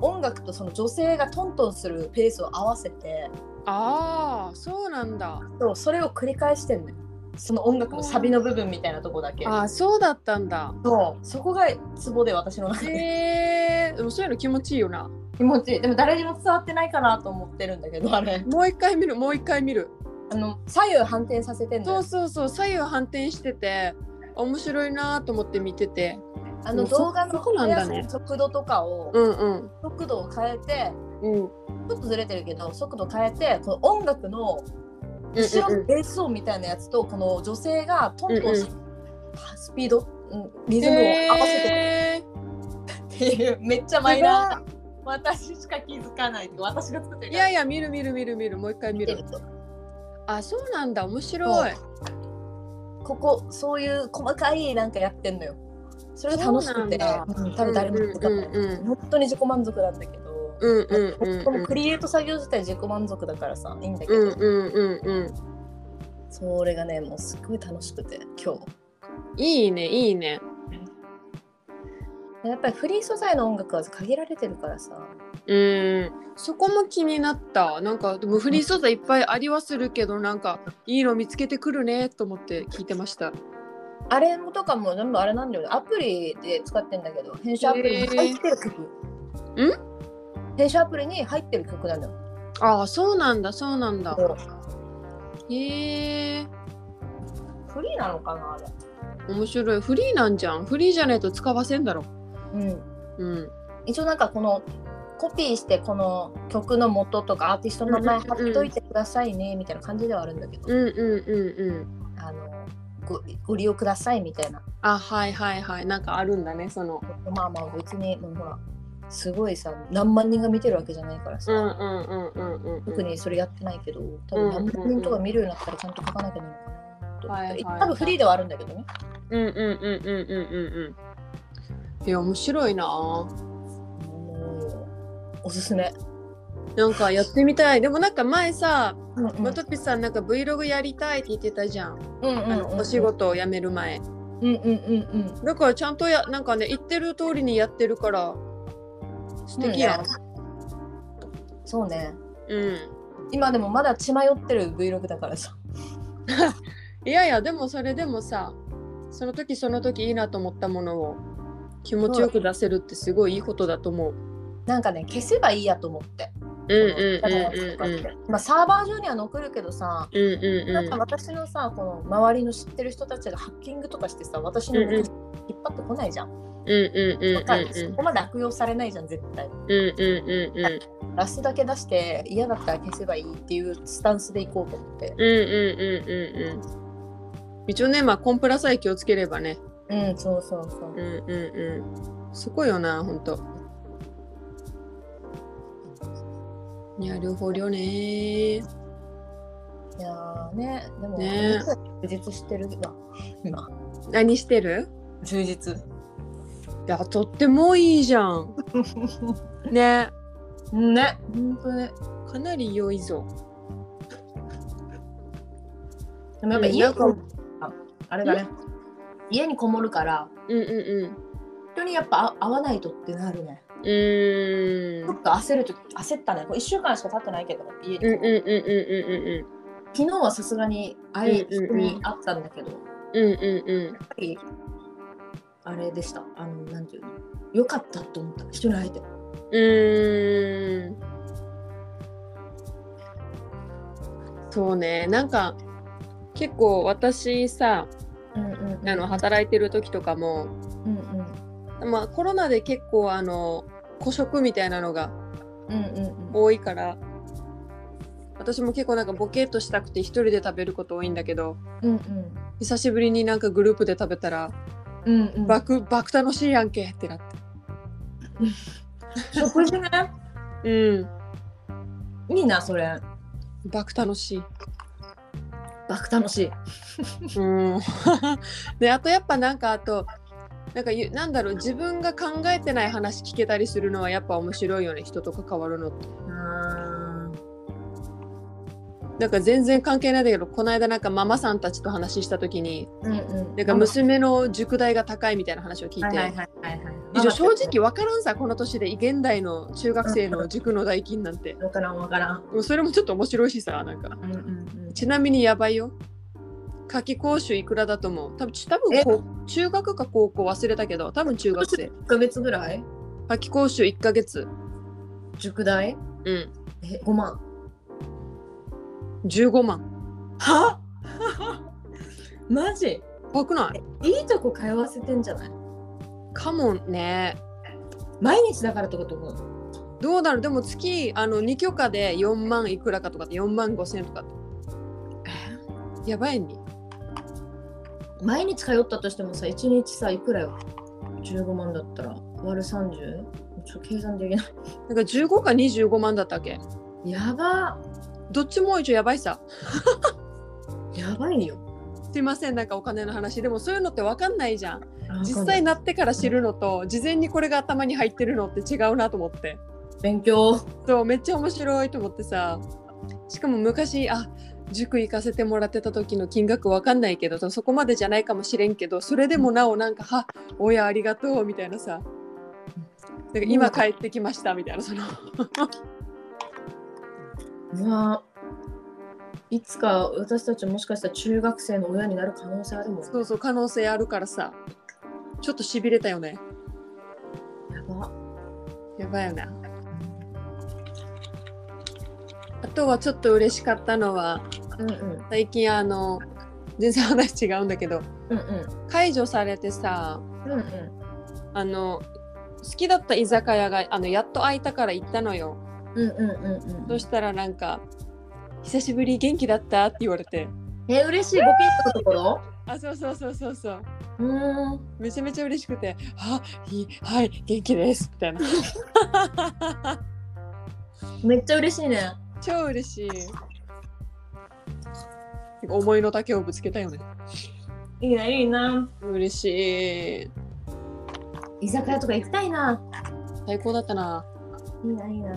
Speaker 1: 音楽とその女性がトントンするペースを合わせて
Speaker 2: ああ、そうなんだ。
Speaker 1: そうそれを繰り返してんのよその音楽のサビの部分みたいなとこだけ
Speaker 2: あそうだったんだ
Speaker 1: そうそこがツボで私の 中で
Speaker 2: へえー、でもそういうの気持ちいいよな
Speaker 1: 気持ちいいでも誰にも伝わってないかなと思ってるんだけどあれ
Speaker 2: もう一回見るもう一回見る
Speaker 1: あの左右反転させてんの
Speaker 2: そう
Speaker 1: よ
Speaker 2: そうそう左右反転してて面白いなと思って見てて
Speaker 1: あの
Speaker 2: そう
Speaker 1: 動画の
Speaker 2: そこなんだね
Speaker 1: 速度とかを、
Speaker 2: うんうん
Speaker 1: 速度を変えて
Speaker 2: うん
Speaker 1: ちょっとずれてるけど速度変えてこの音楽の後ろのベース音みたいなやつと、この女性がトントンし、
Speaker 2: う
Speaker 1: スピードうんリズムを合わせ
Speaker 2: へ
Speaker 1: てっていう、めっちゃマイナー私しか気づかない私が作って
Speaker 2: ー
Speaker 1: る
Speaker 2: いやいや見る見る見る見るもう一回見るあそうなんだ面白い
Speaker 1: ここそういう細かいなんかやってんのよそれが楽しくて
Speaker 2: そうなん
Speaker 1: うん多分誰もやってた
Speaker 2: うん
Speaker 1: から、
Speaker 2: うん
Speaker 1: 本当に自己満足なんだけど、
Speaker 2: うんうんうん
Speaker 1: このクリエイト作業自体自己満足だからさいいんだけど、
Speaker 2: うんうんうんうん
Speaker 1: それがねもうすっごい楽しくて今日
Speaker 2: いいねいいね
Speaker 1: やっぱりフリー素材の音楽は限られてるからさ
Speaker 2: うんそこも気になったなんかでもフリー素材いっぱいありはするけどなんかいいの見つけてくるねと思って聞いてました
Speaker 1: あれもとかも全部あれなんだよねアプリで使ってんだけど編集アプリに入ってる曲、
Speaker 2: ー
Speaker 1: 編集アプリに入ってる曲なのよ
Speaker 2: ああそうなんだそうなんだ
Speaker 1: そう
Speaker 2: へえ
Speaker 1: フリーなのかなあれ
Speaker 2: 面白いフリーなんじゃんフリーじゃないと使わせんだろ
Speaker 1: うん
Speaker 2: うん
Speaker 1: 一応なんかこのコピーしてこの曲の元とかアーティストの名前貼っといてくださいねみたいな感じではあるんだけど、
Speaker 2: うんうんうんうん
Speaker 1: あのごご利用くださいみたいな
Speaker 2: あはいはいはいなんかあるんだねその
Speaker 1: まあまあ別にもうほらすごいさ何万人が見てるわけじゃないからさ、
Speaker 2: うんうんうんうんうん
Speaker 1: 特にそれやってないけど多分何万人とか見るようになったらちゃんと書かなきゃなのかなと思って、
Speaker 2: はいはい
Speaker 1: 多分フリーではあるんだけどね
Speaker 2: うんうんうんうんうんうんうんいや面白いなあ
Speaker 1: もうおすすめ、
Speaker 2: なんかやってみたいでもなんか前さ
Speaker 1: うんうん
Speaker 2: まとぴさんなんか Vlog やりたいって言ってたじゃん、
Speaker 1: うんうん
Speaker 2: あ
Speaker 1: うん
Speaker 2: のお仕事を辞める前
Speaker 1: うんうんうんうん
Speaker 2: だからちゃんとやなんかね言ってる通りにやってるから素敵やん、
Speaker 1: そうね
Speaker 2: うん
Speaker 1: 今でもまだ血迷ってる Vlog だからさ
Speaker 2: いやいやでもそれでもさその時その時いいなと思ったものを気持ちよく出せるってすごいいいことだと思う。
Speaker 1: なんかね消せばいいやと思って、
Speaker 2: うんうんうんうんうん
Speaker 1: まあ、サーバー上には残るけどさ
Speaker 2: うんうん
Speaker 1: なん
Speaker 2: う
Speaker 1: か
Speaker 2: ん
Speaker 1: 私のさこの周りの知ってる人たちがハッキングとかしてさ私のこと
Speaker 2: うんう
Speaker 1: 引
Speaker 2: ん
Speaker 1: っ張ってこないじゃん、
Speaker 2: うんうんうんうんうん
Speaker 1: わかるそこまで悪用されないじゃん絶対
Speaker 2: うんうん
Speaker 1: ラスだけ出して嫌だったら消せばいいっていうスタンスでいこうと思って
Speaker 2: うんうん一応ねまあコンプラさえ気をつければね
Speaker 1: うんそうそうそう
Speaker 2: うんうんうんすごいよなほんといや両方両ね
Speaker 1: いやーねでも、
Speaker 2: ね
Speaker 1: 充実してるわ今
Speaker 2: 何してる
Speaker 1: 充実
Speaker 2: いやとってもいいじゃんね
Speaker 1: ね
Speaker 2: 本当ねかなり良いぞ
Speaker 1: でもやっぱ家にこ
Speaker 2: う
Speaker 1: もあれだね家にこもるから
Speaker 2: うんうん
Speaker 1: 人にやっぱあ会わないとってなるね
Speaker 2: うんうーん
Speaker 1: ちょっと焦ると焦ったねこれ1週間しか経ってないけど家に
Speaker 2: うんうんうんうん
Speaker 1: 昨日はさすがに会い
Speaker 2: うんうん
Speaker 1: 人
Speaker 2: うん
Speaker 1: に会ったんだけどやっ
Speaker 2: うんうんうんうんうん
Speaker 1: ぱりあれでしたあのなんていうのよかったと思った人に会えて
Speaker 2: うーんそうねなんか結構私さ
Speaker 1: うんうんうん
Speaker 2: あの働いてる時とかも、
Speaker 1: うんうん
Speaker 2: まあ、コロナで結構あの孤食みたいなのが
Speaker 1: うんうん
Speaker 2: 多いから私も結構なんかボケっとしたくて一人で食べること多いんだけど
Speaker 1: うん
Speaker 2: 久しぶりになんかグループで食べたら
Speaker 1: うんうん
Speaker 2: 爆爆楽しいやんけってなって
Speaker 1: 食事ね
Speaker 2: うん
Speaker 1: いいなそれ
Speaker 2: 爆楽 しい
Speaker 1: 爆楽しい
Speaker 2: うん であとやっぱなんかあとなんかゆなんだろう自分が考えてない話聞けたりするのはやっぱ面白いよね人と関わるのってなんか全然関係ないんだけどこの間なんかママさんたちと話した時に
Speaker 1: うんうん
Speaker 2: なんか娘の塾代が高いみたいな話を聞い
Speaker 1: はいはい
Speaker 2: て
Speaker 1: はいはいはい
Speaker 2: 以上正直分からんさこの年で現代の中学生の塾の代金なんて
Speaker 1: わからんわからん
Speaker 2: もうそれもちょっと面白いしさなんか
Speaker 1: うんうんうん
Speaker 2: ちなみにやばいよ夏季講習いくらだと思う多分ち多分こう中学か高校忘れたけど多分中学生
Speaker 1: 1ヶ月ぐらい
Speaker 2: 夏季講習1ヶ月
Speaker 1: 塾代
Speaker 2: うん
Speaker 1: え5万
Speaker 2: 15万
Speaker 1: は マジ
Speaker 2: 怖くない
Speaker 1: いいとこ通わせてんじゃない
Speaker 2: かもね
Speaker 1: 毎日だからってことも
Speaker 2: どうだろうでも月あの2許可で4万いくらかとかって4万5千円とかってやばいに、
Speaker 1: 毎日通ったとしてもさ1日さいくらよ15万だったら割る 30? ちょっと計算できな
Speaker 2: なんか15か25万だったっけ
Speaker 1: い やば
Speaker 2: どっちも一応やばいさ
Speaker 1: やばいよ
Speaker 2: すいませんなんかお金の話でもそういうのって分かんないじゃん実際なってから知るのと事前にこれが頭に入ってるのって違うなと思って
Speaker 1: 勉強
Speaker 2: そうめっちゃ面白いと思ってさしかも昔あ塾行かせてもらってた時の金額わかんないけどそこまでじゃないかもしれんけどそれでもなおなんか「は親ありがとう」みたいなさなんか今帰ってきましたみたいなその
Speaker 1: うわいつか私たちもしかしたら中学生の親になる可能性あるもんや
Speaker 2: そうそう可能性あるからさちょっとしびれたよね
Speaker 1: ば
Speaker 2: やばいよねあとはちょっと嬉しかったのは
Speaker 1: うんうん
Speaker 2: 最近あの全然話違うんだけど
Speaker 1: うんうん
Speaker 2: 解除されてさ
Speaker 1: うんうん
Speaker 2: あの好きだった居酒屋があのやっと空いたから行ったのよ
Speaker 1: うんうんうんう
Speaker 2: そ
Speaker 1: ん
Speaker 2: したらなんか「久しぶり元気だった?」って言われて
Speaker 1: え嬉しいご近所のところ
Speaker 2: あそうそうそうそうそう
Speaker 1: うーん
Speaker 2: めちゃめちゃ嬉しくて「あいはい元気です」みたいな
Speaker 1: めっちゃ嬉しいね
Speaker 2: 超嬉しいなんか思いの丈をぶつけたよね
Speaker 1: いいないいな
Speaker 2: 嬉しい
Speaker 1: 居酒屋とか行きたいな
Speaker 2: 最高だったない
Speaker 1: いないいな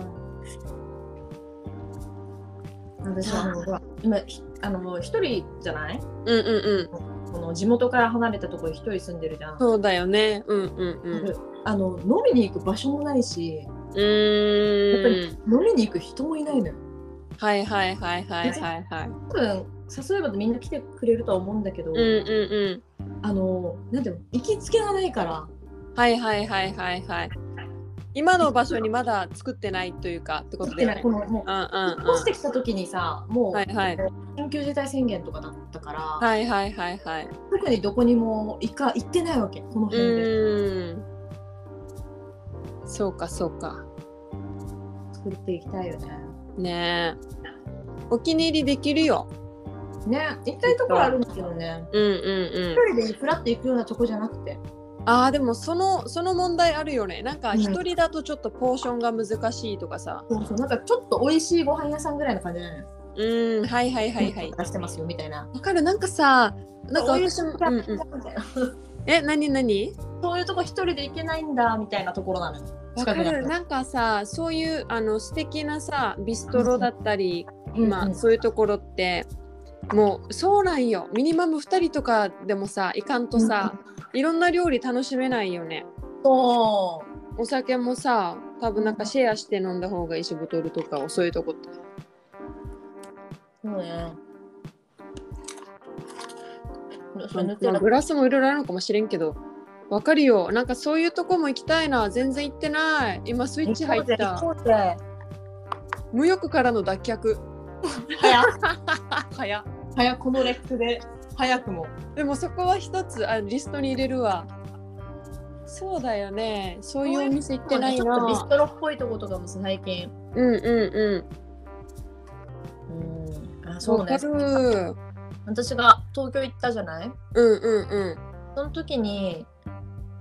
Speaker 1: 私はあのほら今ひあの一人じゃない
Speaker 2: うんうんうん
Speaker 1: この地元から離れたところに一人住んでるじゃん、
Speaker 2: そうだよねうんうんうんう
Speaker 1: あの飲みに行く場所もないしやっぱ
Speaker 2: ー
Speaker 1: り
Speaker 2: ん
Speaker 1: 飲みに行く人もいないのよ
Speaker 2: はいはいはいはいはいはい。
Speaker 1: 多分誘えばみんな来てくれるとは思うんだけど、
Speaker 2: うんうんう
Speaker 1: あのなんていうの行きつけがないから
Speaker 2: ん。はいはいはいはいはい。今の場所にまだ作ってないというかってこ
Speaker 1: 来
Speaker 2: とだ
Speaker 1: て
Speaker 2: よ
Speaker 1: ない
Speaker 2: ね。
Speaker 1: このも
Speaker 2: うんう
Speaker 1: う
Speaker 2: ん
Speaker 1: 引っ
Speaker 2: う
Speaker 1: 越し。て
Speaker 2: ん
Speaker 1: きた時にさもう、
Speaker 2: はいはい
Speaker 1: 緊急事態宣言とかだったから、
Speaker 2: はいはいはいはい。
Speaker 1: 特にどこにも行か行ってないわけこの
Speaker 2: う
Speaker 1: 辺で、
Speaker 2: ーん。そうかそうか。
Speaker 1: 作っていきたいよね
Speaker 2: ねえ。お気に入りできるよ。
Speaker 1: ね行きたいところあるんだけどね
Speaker 2: うんうん
Speaker 1: 一人でフラッと行くようなとこじゃなくて
Speaker 2: うん。ああでもそのその問題あるよね。なんか
Speaker 1: うん
Speaker 2: 一人だとちょっとポーションが難しいとかさ。
Speaker 1: そうそうなんかちょっと美味しいご飯屋さんぐらいの感じなのよ
Speaker 2: うんはいはいはいはい。
Speaker 1: 出してますよみたいな
Speaker 2: わかるなんかさなんか私も。うんうん、
Speaker 1: みたいな
Speaker 2: え何何
Speaker 1: そういうとこ一人で行けないんだみたいなところなのよ
Speaker 2: わか
Speaker 1: 近くにあっ
Speaker 2: る
Speaker 1: た
Speaker 2: なんかさそういうあの素敵なさビストロだったり、ま
Speaker 1: うん
Speaker 2: あ、そういうところってもうそうなんよミニマム2人とかでもさいかんとさ、いろんな料理楽しめないよね
Speaker 1: そ
Speaker 2: お酒もさ多分なんかシェアして飲んだ方がいいしボトルとかをそういうとこって
Speaker 1: う。そうね。
Speaker 2: まあまあグラスもいろいろあるのかもしれんけどわかるよなんかそういうとこも行きたいな全然行ってない今スイッチ入った無欲からの脱却
Speaker 1: 早
Speaker 2: 早っ
Speaker 1: 早このレックで早くも。
Speaker 2: でもそこは一つあリストに入れるわ。そうだよね。そういうお店行ってない
Speaker 1: ちょっとビス
Speaker 2: な。
Speaker 1: トロっぽいとことかもさ最近。
Speaker 2: うんうん
Speaker 1: うん。あ
Speaker 2: うん。
Speaker 1: そうね
Speaker 2: わか。る。
Speaker 1: 私が東京行ったじゃない。
Speaker 2: うんうん
Speaker 1: その時に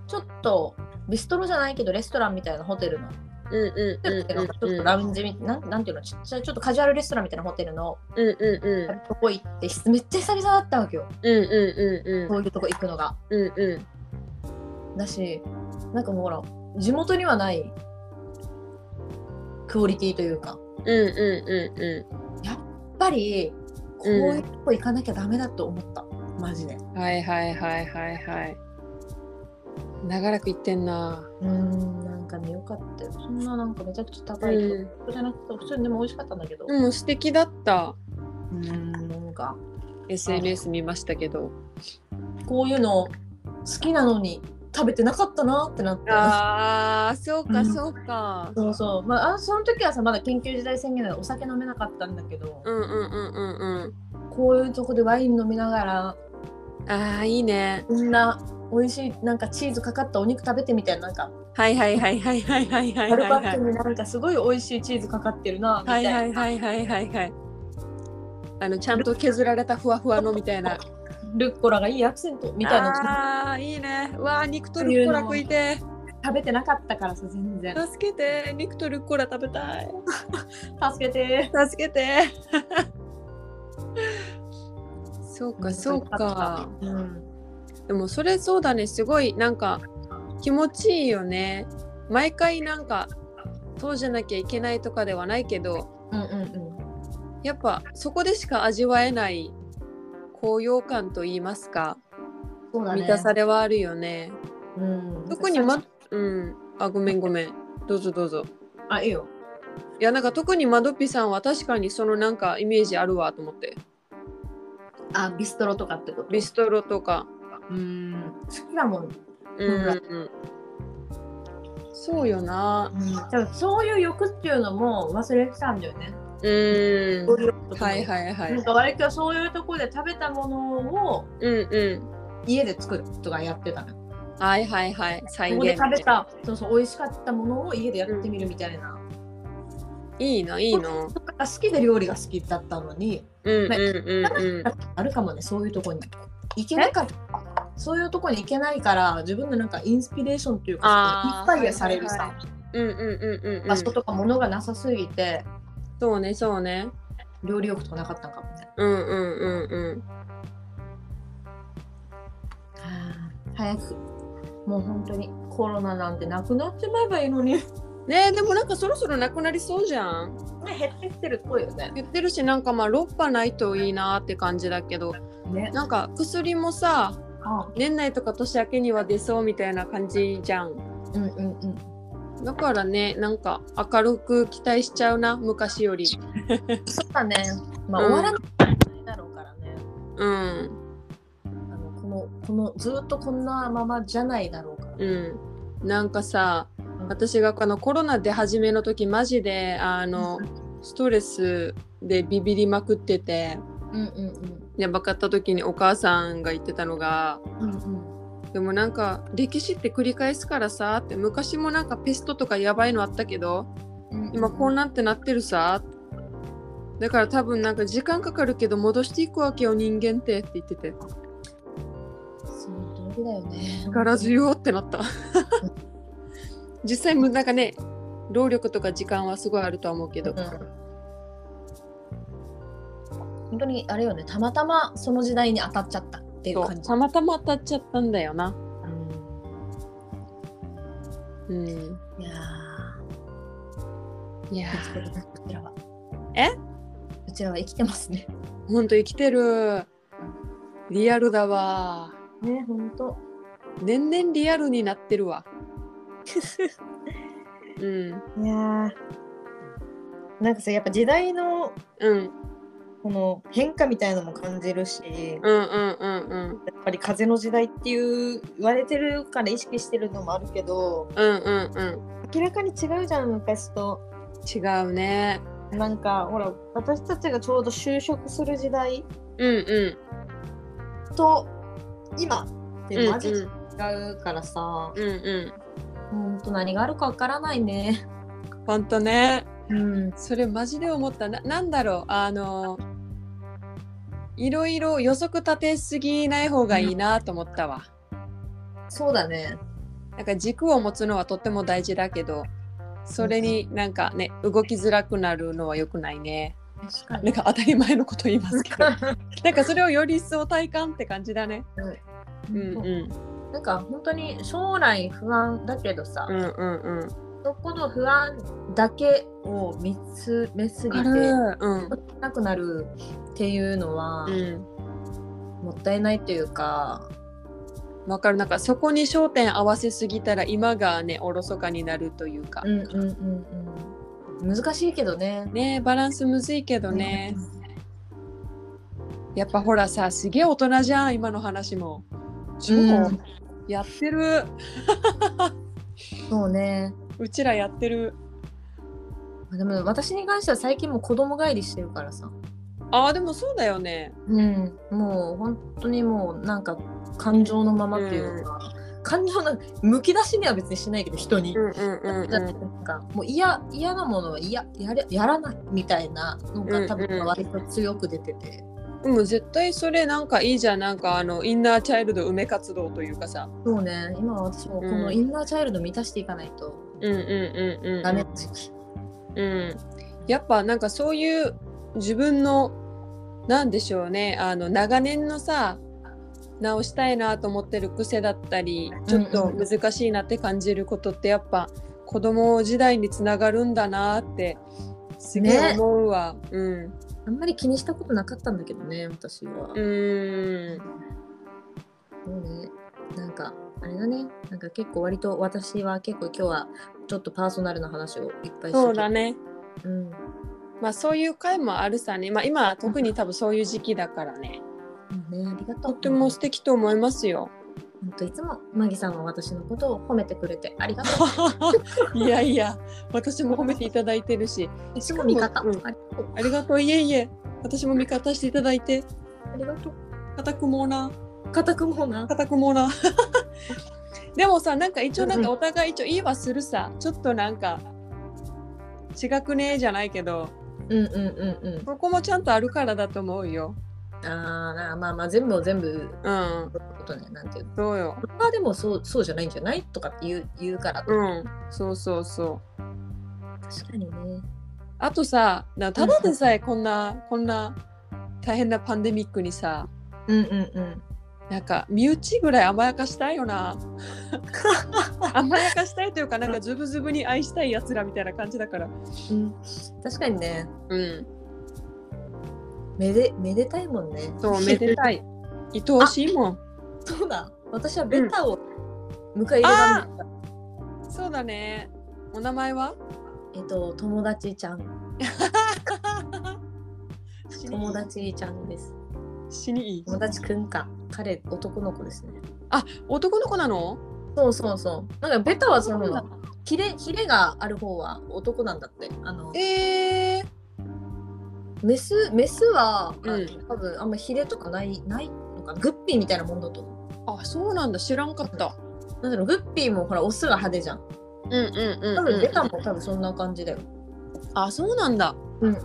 Speaker 1: ちょっとビストロじゃないけどレストランみたいなホテルの。
Speaker 2: うん。うんうん
Speaker 1: ホテルってなんかちょっとラウンジみなんなんていうのちっちゃいちょっとカジュアルレストランみたいなホテルの
Speaker 2: うんうんうん
Speaker 1: とこ行ってめっちゃ久々だったわけよ。
Speaker 2: うんうんうんうんうんうんうん
Speaker 1: こういうとこ行くのが。
Speaker 2: うんうん
Speaker 1: だしなんかもうほら地元にはないクオリティというか
Speaker 2: うんう
Speaker 1: やっぱりこういうとこ行かなきゃダメだと思った、マジで
Speaker 2: んはいはいはいはいはい長らく行ってんな
Speaker 1: うんなんかねよかったよそんななんかめちゃくちゃ
Speaker 2: う
Speaker 1: 高いと
Speaker 2: ん、
Speaker 1: こじゃなくて普通にでも美味しかったんだけど
Speaker 2: うん、素敵だった
Speaker 1: うんなんか
Speaker 2: SNS 見ましたけど
Speaker 1: こういうの好きなのに食べてなかったなってなって。
Speaker 2: ああそう
Speaker 3: う
Speaker 2: か
Speaker 3: ん
Speaker 2: そうか、
Speaker 1: そうそう。まああ、その時はさ、まだ緊急事態宣言でお酒飲めなかったんだけど、
Speaker 2: うん、うんうんうんうん
Speaker 1: こういうとこでワイン飲みながら、
Speaker 2: ああいいね
Speaker 1: こんな美味しい、なんかチーズかかったお肉食べてみたいな、なんか、
Speaker 2: はいはいはいはいはいはいはい
Speaker 1: アル
Speaker 2: はい
Speaker 1: バ
Speaker 2: は
Speaker 1: ッ
Speaker 2: い
Speaker 1: トになんかすごい美味しいチーズかかってるな、みた
Speaker 2: はいい
Speaker 1: な。
Speaker 2: はいはいはいはいはいあのちゃんと削られたふわふわのみたいな
Speaker 1: ルッコラがいいアクセントみたいな。
Speaker 2: あーいいねうわー肉とルッコラ食いて
Speaker 1: 食べてなかったからさ、全然。
Speaker 2: 助けて肉とルッコラ食べたい
Speaker 1: 助けて。
Speaker 2: 助けて そうかそうか
Speaker 1: うん。
Speaker 2: でもそれそうだねすごいなんか気持ちいいよね毎回なんかそうじゃなきゃいけないとかではないけど
Speaker 1: うんうん
Speaker 2: やっぱそこでしか味わえない高揚感といいますか、
Speaker 1: うん。そうだね。
Speaker 2: 満たされはあるよね
Speaker 1: うん。
Speaker 2: 特にまうんあごめんごめんどうぞどうぞ
Speaker 1: あ、いいよ。
Speaker 2: いやなんか特にマドピさんは確かにそのなんかイメージあるわと思って
Speaker 1: あ、ビストロとかってこと
Speaker 2: ビストロとか
Speaker 1: うん。好きだもん。
Speaker 2: うん、うん、そうよな
Speaker 1: うん。でもそういう欲っていうのも忘れてたんだよね。
Speaker 2: うん
Speaker 1: そういう欲とかも
Speaker 2: はいはいはい
Speaker 1: なんか割とそういうところで食べたものを
Speaker 2: うんう
Speaker 1: 家で作るとかやってたの。こ
Speaker 2: んはいはいはい再
Speaker 1: こで
Speaker 2: 現
Speaker 1: 食べた、そうそう、美味しかったものを家でやってみるみたいな。
Speaker 2: いいないいの
Speaker 1: だから好きで料理が好きだったのに、
Speaker 2: うんうんうんうん
Speaker 1: あるかもね、そういうとこに。行けなかった。そういうとこに行けないから、自分のなんかインスピレーションっていうか
Speaker 2: あ、ー
Speaker 1: いっぱいやされるさ、
Speaker 2: はいうんうんうんうんう
Speaker 1: 場
Speaker 2: ん
Speaker 1: 所とか物がなさすぎて、
Speaker 2: そうねそうね
Speaker 1: 料理欲とかなかったんかもね。
Speaker 2: うんうんうんうん
Speaker 1: 早く、もう本当にコロナなんてなくなっちまえばいいのに。ね、
Speaker 2: ねえでもなんかそろそろなくなりそうじゃん
Speaker 1: 減ってきてるっぽいよね。
Speaker 2: 言ってるしなんかまあ6波ないといいなって感じだけど
Speaker 1: ね。
Speaker 2: なんか薬もさ
Speaker 1: あ
Speaker 2: 年内とか年明けには出そうみたいな感じじゃん
Speaker 1: うんうんうん。
Speaker 2: だからねなんか明るく期待しちゃうな昔より
Speaker 1: そうだね。まあ、
Speaker 2: うん
Speaker 1: 終わらないだろうからね。
Speaker 2: うん
Speaker 1: あのこのこのずっとこんなままじゃないだろうから。
Speaker 2: うんなんかさ
Speaker 1: ん
Speaker 2: 私がこのコロナ出始めの時マジであのストレスでビビりまくってて
Speaker 1: うんうん
Speaker 2: やばかった時にお母さんが言ってたのが
Speaker 1: うん。うんうん。
Speaker 2: でもなんか歴史って繰り返すからさって昔もなんかペストとかやばいのあったけど今こうなってなってるさだから多分なんか時間かかるけど戻していくわけよ人間ってって言ってて
Speaker 1: その通りだよね。
Speaker 2: 力強ってなった実際もなんかね労力とか時間はすごいあるとは思うけど、
Speaker 1: うん本当にあれよね。たまたまその時代に当たっちゃったっていう
Speaker 2: そ
Speaker 1: 感
Speaker 2: う
Speaker 1: じ。
Speaker 2: たまたま当たっちゃったんだよな
Speaker 1: うん
Speaker 2: うん
Speaker 1: いや
Speaker 2: いや
Speaker 1: ー生きてるねうちらは。
Speaker 2: え？
Speaker 1: うちらは生きてますね。
Speaker 2: ーほんと生きてるリアルだわ
Speaker 1: ね本当。
Speaker 2: 年々リアルになってるわうん
Speaker 3: いやーなんかさやっぱ時代の
Speaker 2: うん
Speaker 3: この変化みたいのも感じるしや
Speaker 2: うんうんうんうん
Speaker 3: っぱり風の時代っていう言われてるから意識してるのもあるけど
Speaker 2: うんうんうん
Speaker 3: 明らかに違うじゃん昔と
Speaker 2: 違うね
Speaker 3: なんかほら私たちがちょうど就職する時代
Speaker 2: うんうん
Speaker 3: と今ってマジ
Speaker 2: うん
Speaker 3: 違うからさ、
Speaker 2: うんう
Speaker 1: 本当何があるかわからないね。
Speaker 2: んほんとね
Speaker 1: うん。
Speaker 2: それマジで思ったななんだろうあのいろいろ予測立てすぎない方がいいなと思ったわ、
Speaker 1: そうだね。
Speaker 2: なんか軸を持つのはとっても大事だけどそれになんかね動きづらくなるのは良くないね
Speaker 1: 確か
Speaker 2: なんか当たり前のこと言いますけどなんかそれをより一層体感って感じだねうん
Speaker 1: う
Speaker 2: うん
Speaker 1: ん
Speaker 2: うん
Speaker 1: なんか本当に将来不安だけどさ、
Speaker 2: うんうん
Speaker 1: そこの不安だけを見つめすぎて
Speaker 2: うん
Speaker 1: なくなるっていうのは、
Speaker 2: うん
Speaker 1: もったいないというか
Speaker 2: わかるなんかそこに焦点合わせすぎたら今がねおろそかになるというか、
Speaker 1: うんうんうんうん難しいけどね
Speaker 2: ねバランスむずいけどね、やっぱほらさすげえ大人じゃん今の話も。超
Speaker 4: うん
Speaker 2: やってる
Speaker 4: そうね
Speaker 2: うちらやってる。
Speaker 1: でも私に関しては最近もう子供帰りしてるからさ
Speaker 2: ああでもそうだよね。
Speaker 1: うんもう本当にもうなんか感情のままっていうか、感情のむき出しには別にしないけど人に、
Speaker 2: うんうんうんうん
Speaker 1: だってなんかもう嫌嫌なものは嫌やれやらないみたいなの
Speaker 2: うんう
Speaker 1: が
Speaker 2: ん
Speaker 1: 多分割と強く出てて、
Speaker 2: でも絶対それなんかいいじゃんなんかあのインナーチャイルド埋め活動というかさ。
Speaker 1: そうね今は私もこのインナーチャイルド満たしていかないと
Speaker 2: うんうんうんうんうん。
Speaker 1: ダメな時期、
Speaker 2: うん、やっぱなんかそういう自分のなんでしょうねあの長年のさ直したいなと思ってる癖だったりちょっと難しいなって感じることってやっぱ子供時代につながるんだなってすげえ
Speaker 1: ね
Speaker 2: 思うわ、うん
Speaker 1: あんまり気にしたことなかったんだけどね私は、
Speaker 2: うーん
Speaker 1: もうねなんかあれだねなんか結構割と私は結構今日はちょっとパーソナルな話をいっぱいしてて
Speaker 2: そうだね
Speaker 1: うん
Speaker 2: まあそういう回もあるさねまあ今は特に多分そういう時期だからね
Speaker 1: ね、ありがと
Speaker 2: と
Speaker 1: う。
Speaker 2: っても素敵と思いますよ
Speaker 1: 本当いつもマギさんは私のことを褒めてくれてありがと
Speaker 2: いやいや私も褒めていただいてるし
Speaker 1: う。いつも味方。
Speaker 2: うん
Speaker 1: ありがとう。
Speaker 2: ありがとう、いえいえ。私も味方していただいて、
Speaker 1: ありがとう。
Speaker 2: 固くもな、
Speaker 1: 固くもな。
Speaker 2: 固くもな。 でもさ、なんか一応なんかお互い一応いいはするさ、ちょっとなんか、違くねえじゃないけど、
Speaker 1: うんうんうん
Speaker 2: ここもちゃんとあるからだと思うよ。
Speaker 1: うん。あーなまあまあ全部を全部
Speaker 2: うん、
Speaker 1: ことねなんていうの。
Speaker 2: そうよ。
Speaker 1: まあでもそうそうじゃないんじゃないとかって言う言うから。
Speaker 2: うん、そうそうそう。
Speaker 1: 確かにね。
Speaker 2: あとさ、なただでさえこんな、こんな大変なパンデミックにさ、
Speaker 1: うんうんうん。
Speaker 2: なんか身内ぐらい甘やかしたいよな甘やかしたいというかなんかズブズブに愛したいやつらみたいな感じだから
Speaker 1: うん、確かにね
Speaker 2: うん
Speaker 1: めでめでたいもんね
Speaker 2: そうめでたい 愛おしいもん
Speaker 1: そうだ私はベタを迎え入れたんだった、
Speaker 2: そうだねお名前は
Speaker 1: えっと友達ちゃん
Speaker 2: 死に
Speaker 1: 友達ちゃんです
Speaker 2: 死にいい
Speaker 1: 友達くんか彼男の子ですね
Speaker 2: 男の子なの
Speaker 1: そうそうそう。なんかベタはそ
Speaker 2: そうなん
Speaker 1: のヒレヒレがある方は男なんだって。あの
Speaker 2: えー、
Speaker 1: メスメスは、あ
Speaker 2: うん
Speaker 1: 多分あんまヒレとかないないのかな。グッピーみたいなもんだと思
Speaker 2: あそうなんだ知らんかった
Speaker 1: う。なんだろうグッピーもほらオスが派手じゃん。
Speaker 2: うんうんうん、
Speaker 1: 多分ベタも多分そんな感じだよ。
Speaker 2: あそうなんだ
Speaker 1: うんうん。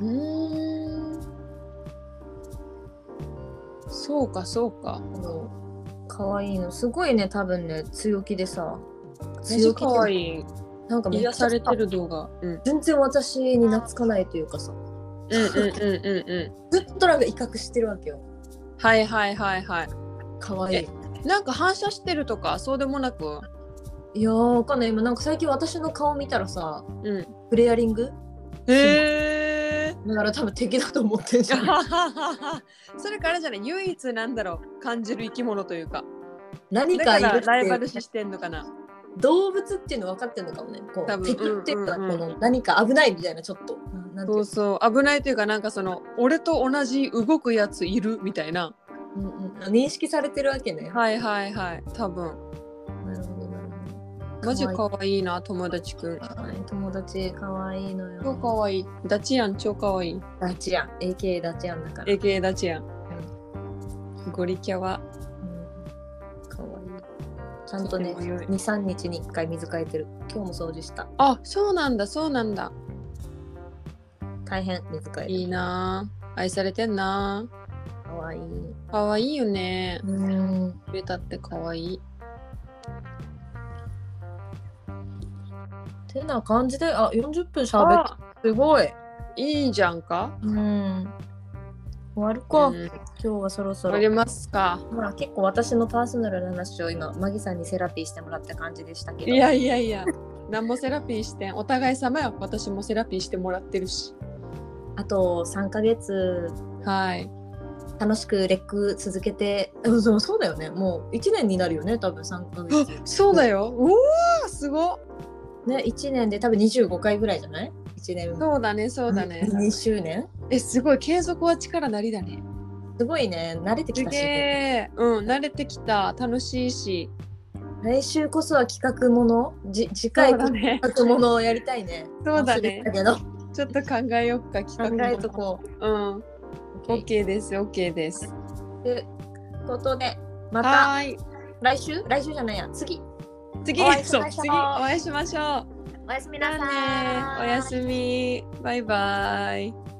Speaker 2: うーんそうかそうか
Speaker 1: あの可愛いのすごいね多分ね強気でさ。
Speaker 2: 強
Speaker 1: って
Speaker 2: かわいい
Speaker 1: なんかめっちゃ
Speaker 2: 癒されてる動画うん
Speaker 1: 全然私に懐かないというかさ。
Speaker 2: うんうんうんうんう
Speaker 1: ずっとなんか威嚇してるわけよ。
Speaker 2: ん。はいはいはいはい。
Speaker 1: 可愛い。
Speaker 2: なんか反射してるとかそうでもなく。
Speaker 1: いやーわかんない今なんか最近私の顔見たらさ
Speaker 2: うん。
Speaker 1: フレアリング
Speaker 2: へ え。
Speaker 1: だから多分敵だと思ってんじゃ ん。
Speaker 2: それからじゃない唯一なんだろう感じる生き物というか。
Speaker 1: 何
Speaker 2: だ
Speaker 1: か
Speaker 2: か
Speaker 1: いる
Speaker 2: らライバ
Speaker 1: っ
Speaker 2: ル
Speaker 1: て
Speaker 2: 視してんのかな。
Speaker 1: 動物っていうの分かってんのかもね。こ
Speaker 2: 多
Speaker 1: う
Speaker 2: 分
Speaker 1: 敵っていうか
Speaker 2: うん
Speaker 1: こ
Speaker 2: うんうん
Speaker 1: の何か危ないみたいなちょっと。うんなんてい
Speaker 2: そううそう危ないというかなんかその俺と同じ動くやついるみたいな。
Speaker 1: うんうん認識されてるわけね。
Speaker 2: はいはいはい多分。
Speaker 1: なるほどなるほど
Speaker 2: マジ可愛いな友達くん。
Speaker 1: はい友達可愛いのよ。
Speaker 2: 超可愛い。ダチアン超可愛い。
Speaker 1: ダチアン AK ダチアンだから。
Speaker 2: AK ダチアン。ゴリキャは。
Speaker 1: うん可愛い。ちゃんとね
Speaker 2: とても良い
Speaker 1: 二三日に一回水変えてる。今日も掃除した。
Speaker 2: あそうなんだそうなんだ。
Speaker 1: 大変水変え
Speaker 2: い
Speaker 1: る。
Speaker 2: いなあ愛されてんなあ
Speaker 1: 可愛い。う
Speaker 2: 可愛いよね
Speaker 1: ん。
Speaker 2: ベタって可愛い
Speaker 1: てな感じであ40分喋ってすごい。
Speaker 2: いいじゃんか
Speaker 1: うん。終わるか、
Speaker 2: うん
Speaker 1: 今日はそろそ
Speaker 2: あ
Speaker 1: ろ
Speaker 2: げ。ますか
Speaker 1: まあ結構私のパーソナルな話を今、マギさんにセラピーしてもらった感じでしたけど。
Speaker 2: いやいやいや何もセラピーしてんお互い様や私もセラピーしてもらってるし
Speaker 1: あと3ヶ月、
Speaker 2: はい
Speaker 1: 楽しくレック続けて。うんそうそうだよね。もう1年になるよね、多分3ヶ月。
Speaker 2: そうだようわーすごっ
Speaker 1: ね、1年で多分25回ぐらいじゃない1年
Speaker 2: そうだねそうだね
Speaker 1: 2周年
Speaker 2: えすごい継続は力なりだね
Speaker 1: すごいね慣れて
Speaker 2: す
Speaker 1: きた
Speaker 2: げ
Speaker 1: し
Speaker 2: えうん慣れてきた楽しいし
Speaker 1: 来週こそは企画ものじ次回
Speaker 2: そう
Speaker 1: こ
Speaker 2: だ
Speaker 1: そ
Speaker 2: ね
Speaker 1: 企画ものをやりたいね
Speaker 2: そうだ
Speaker 1: 忘れ
Speaker 2: ね
Speaker 1: てたけど
Speaker 2: ちょっと考えようか企
Speaker 1: 考
Speaker 2: 画
Speaker 1: えとこう
Speaker 2: ううん
Speaker 1: OK
Speaker 2: OK です OK です
Speaker 1: ということでまた
Speaker 2: はーい
Speaker 1: 来週来週じゃないや次
Speaker 2: 次
Speaker 1: お会いし
Speaker 2: そう
Speaker 1: ましょう
Speaker 2: 次お会いしましょう
Speaker 1: おやすみ
Speaker 2: じ
Speaker 1: なさ
Speaker 2: ゃあね
Speaker 1: ーい
Speaker 2: おやすみバイバイ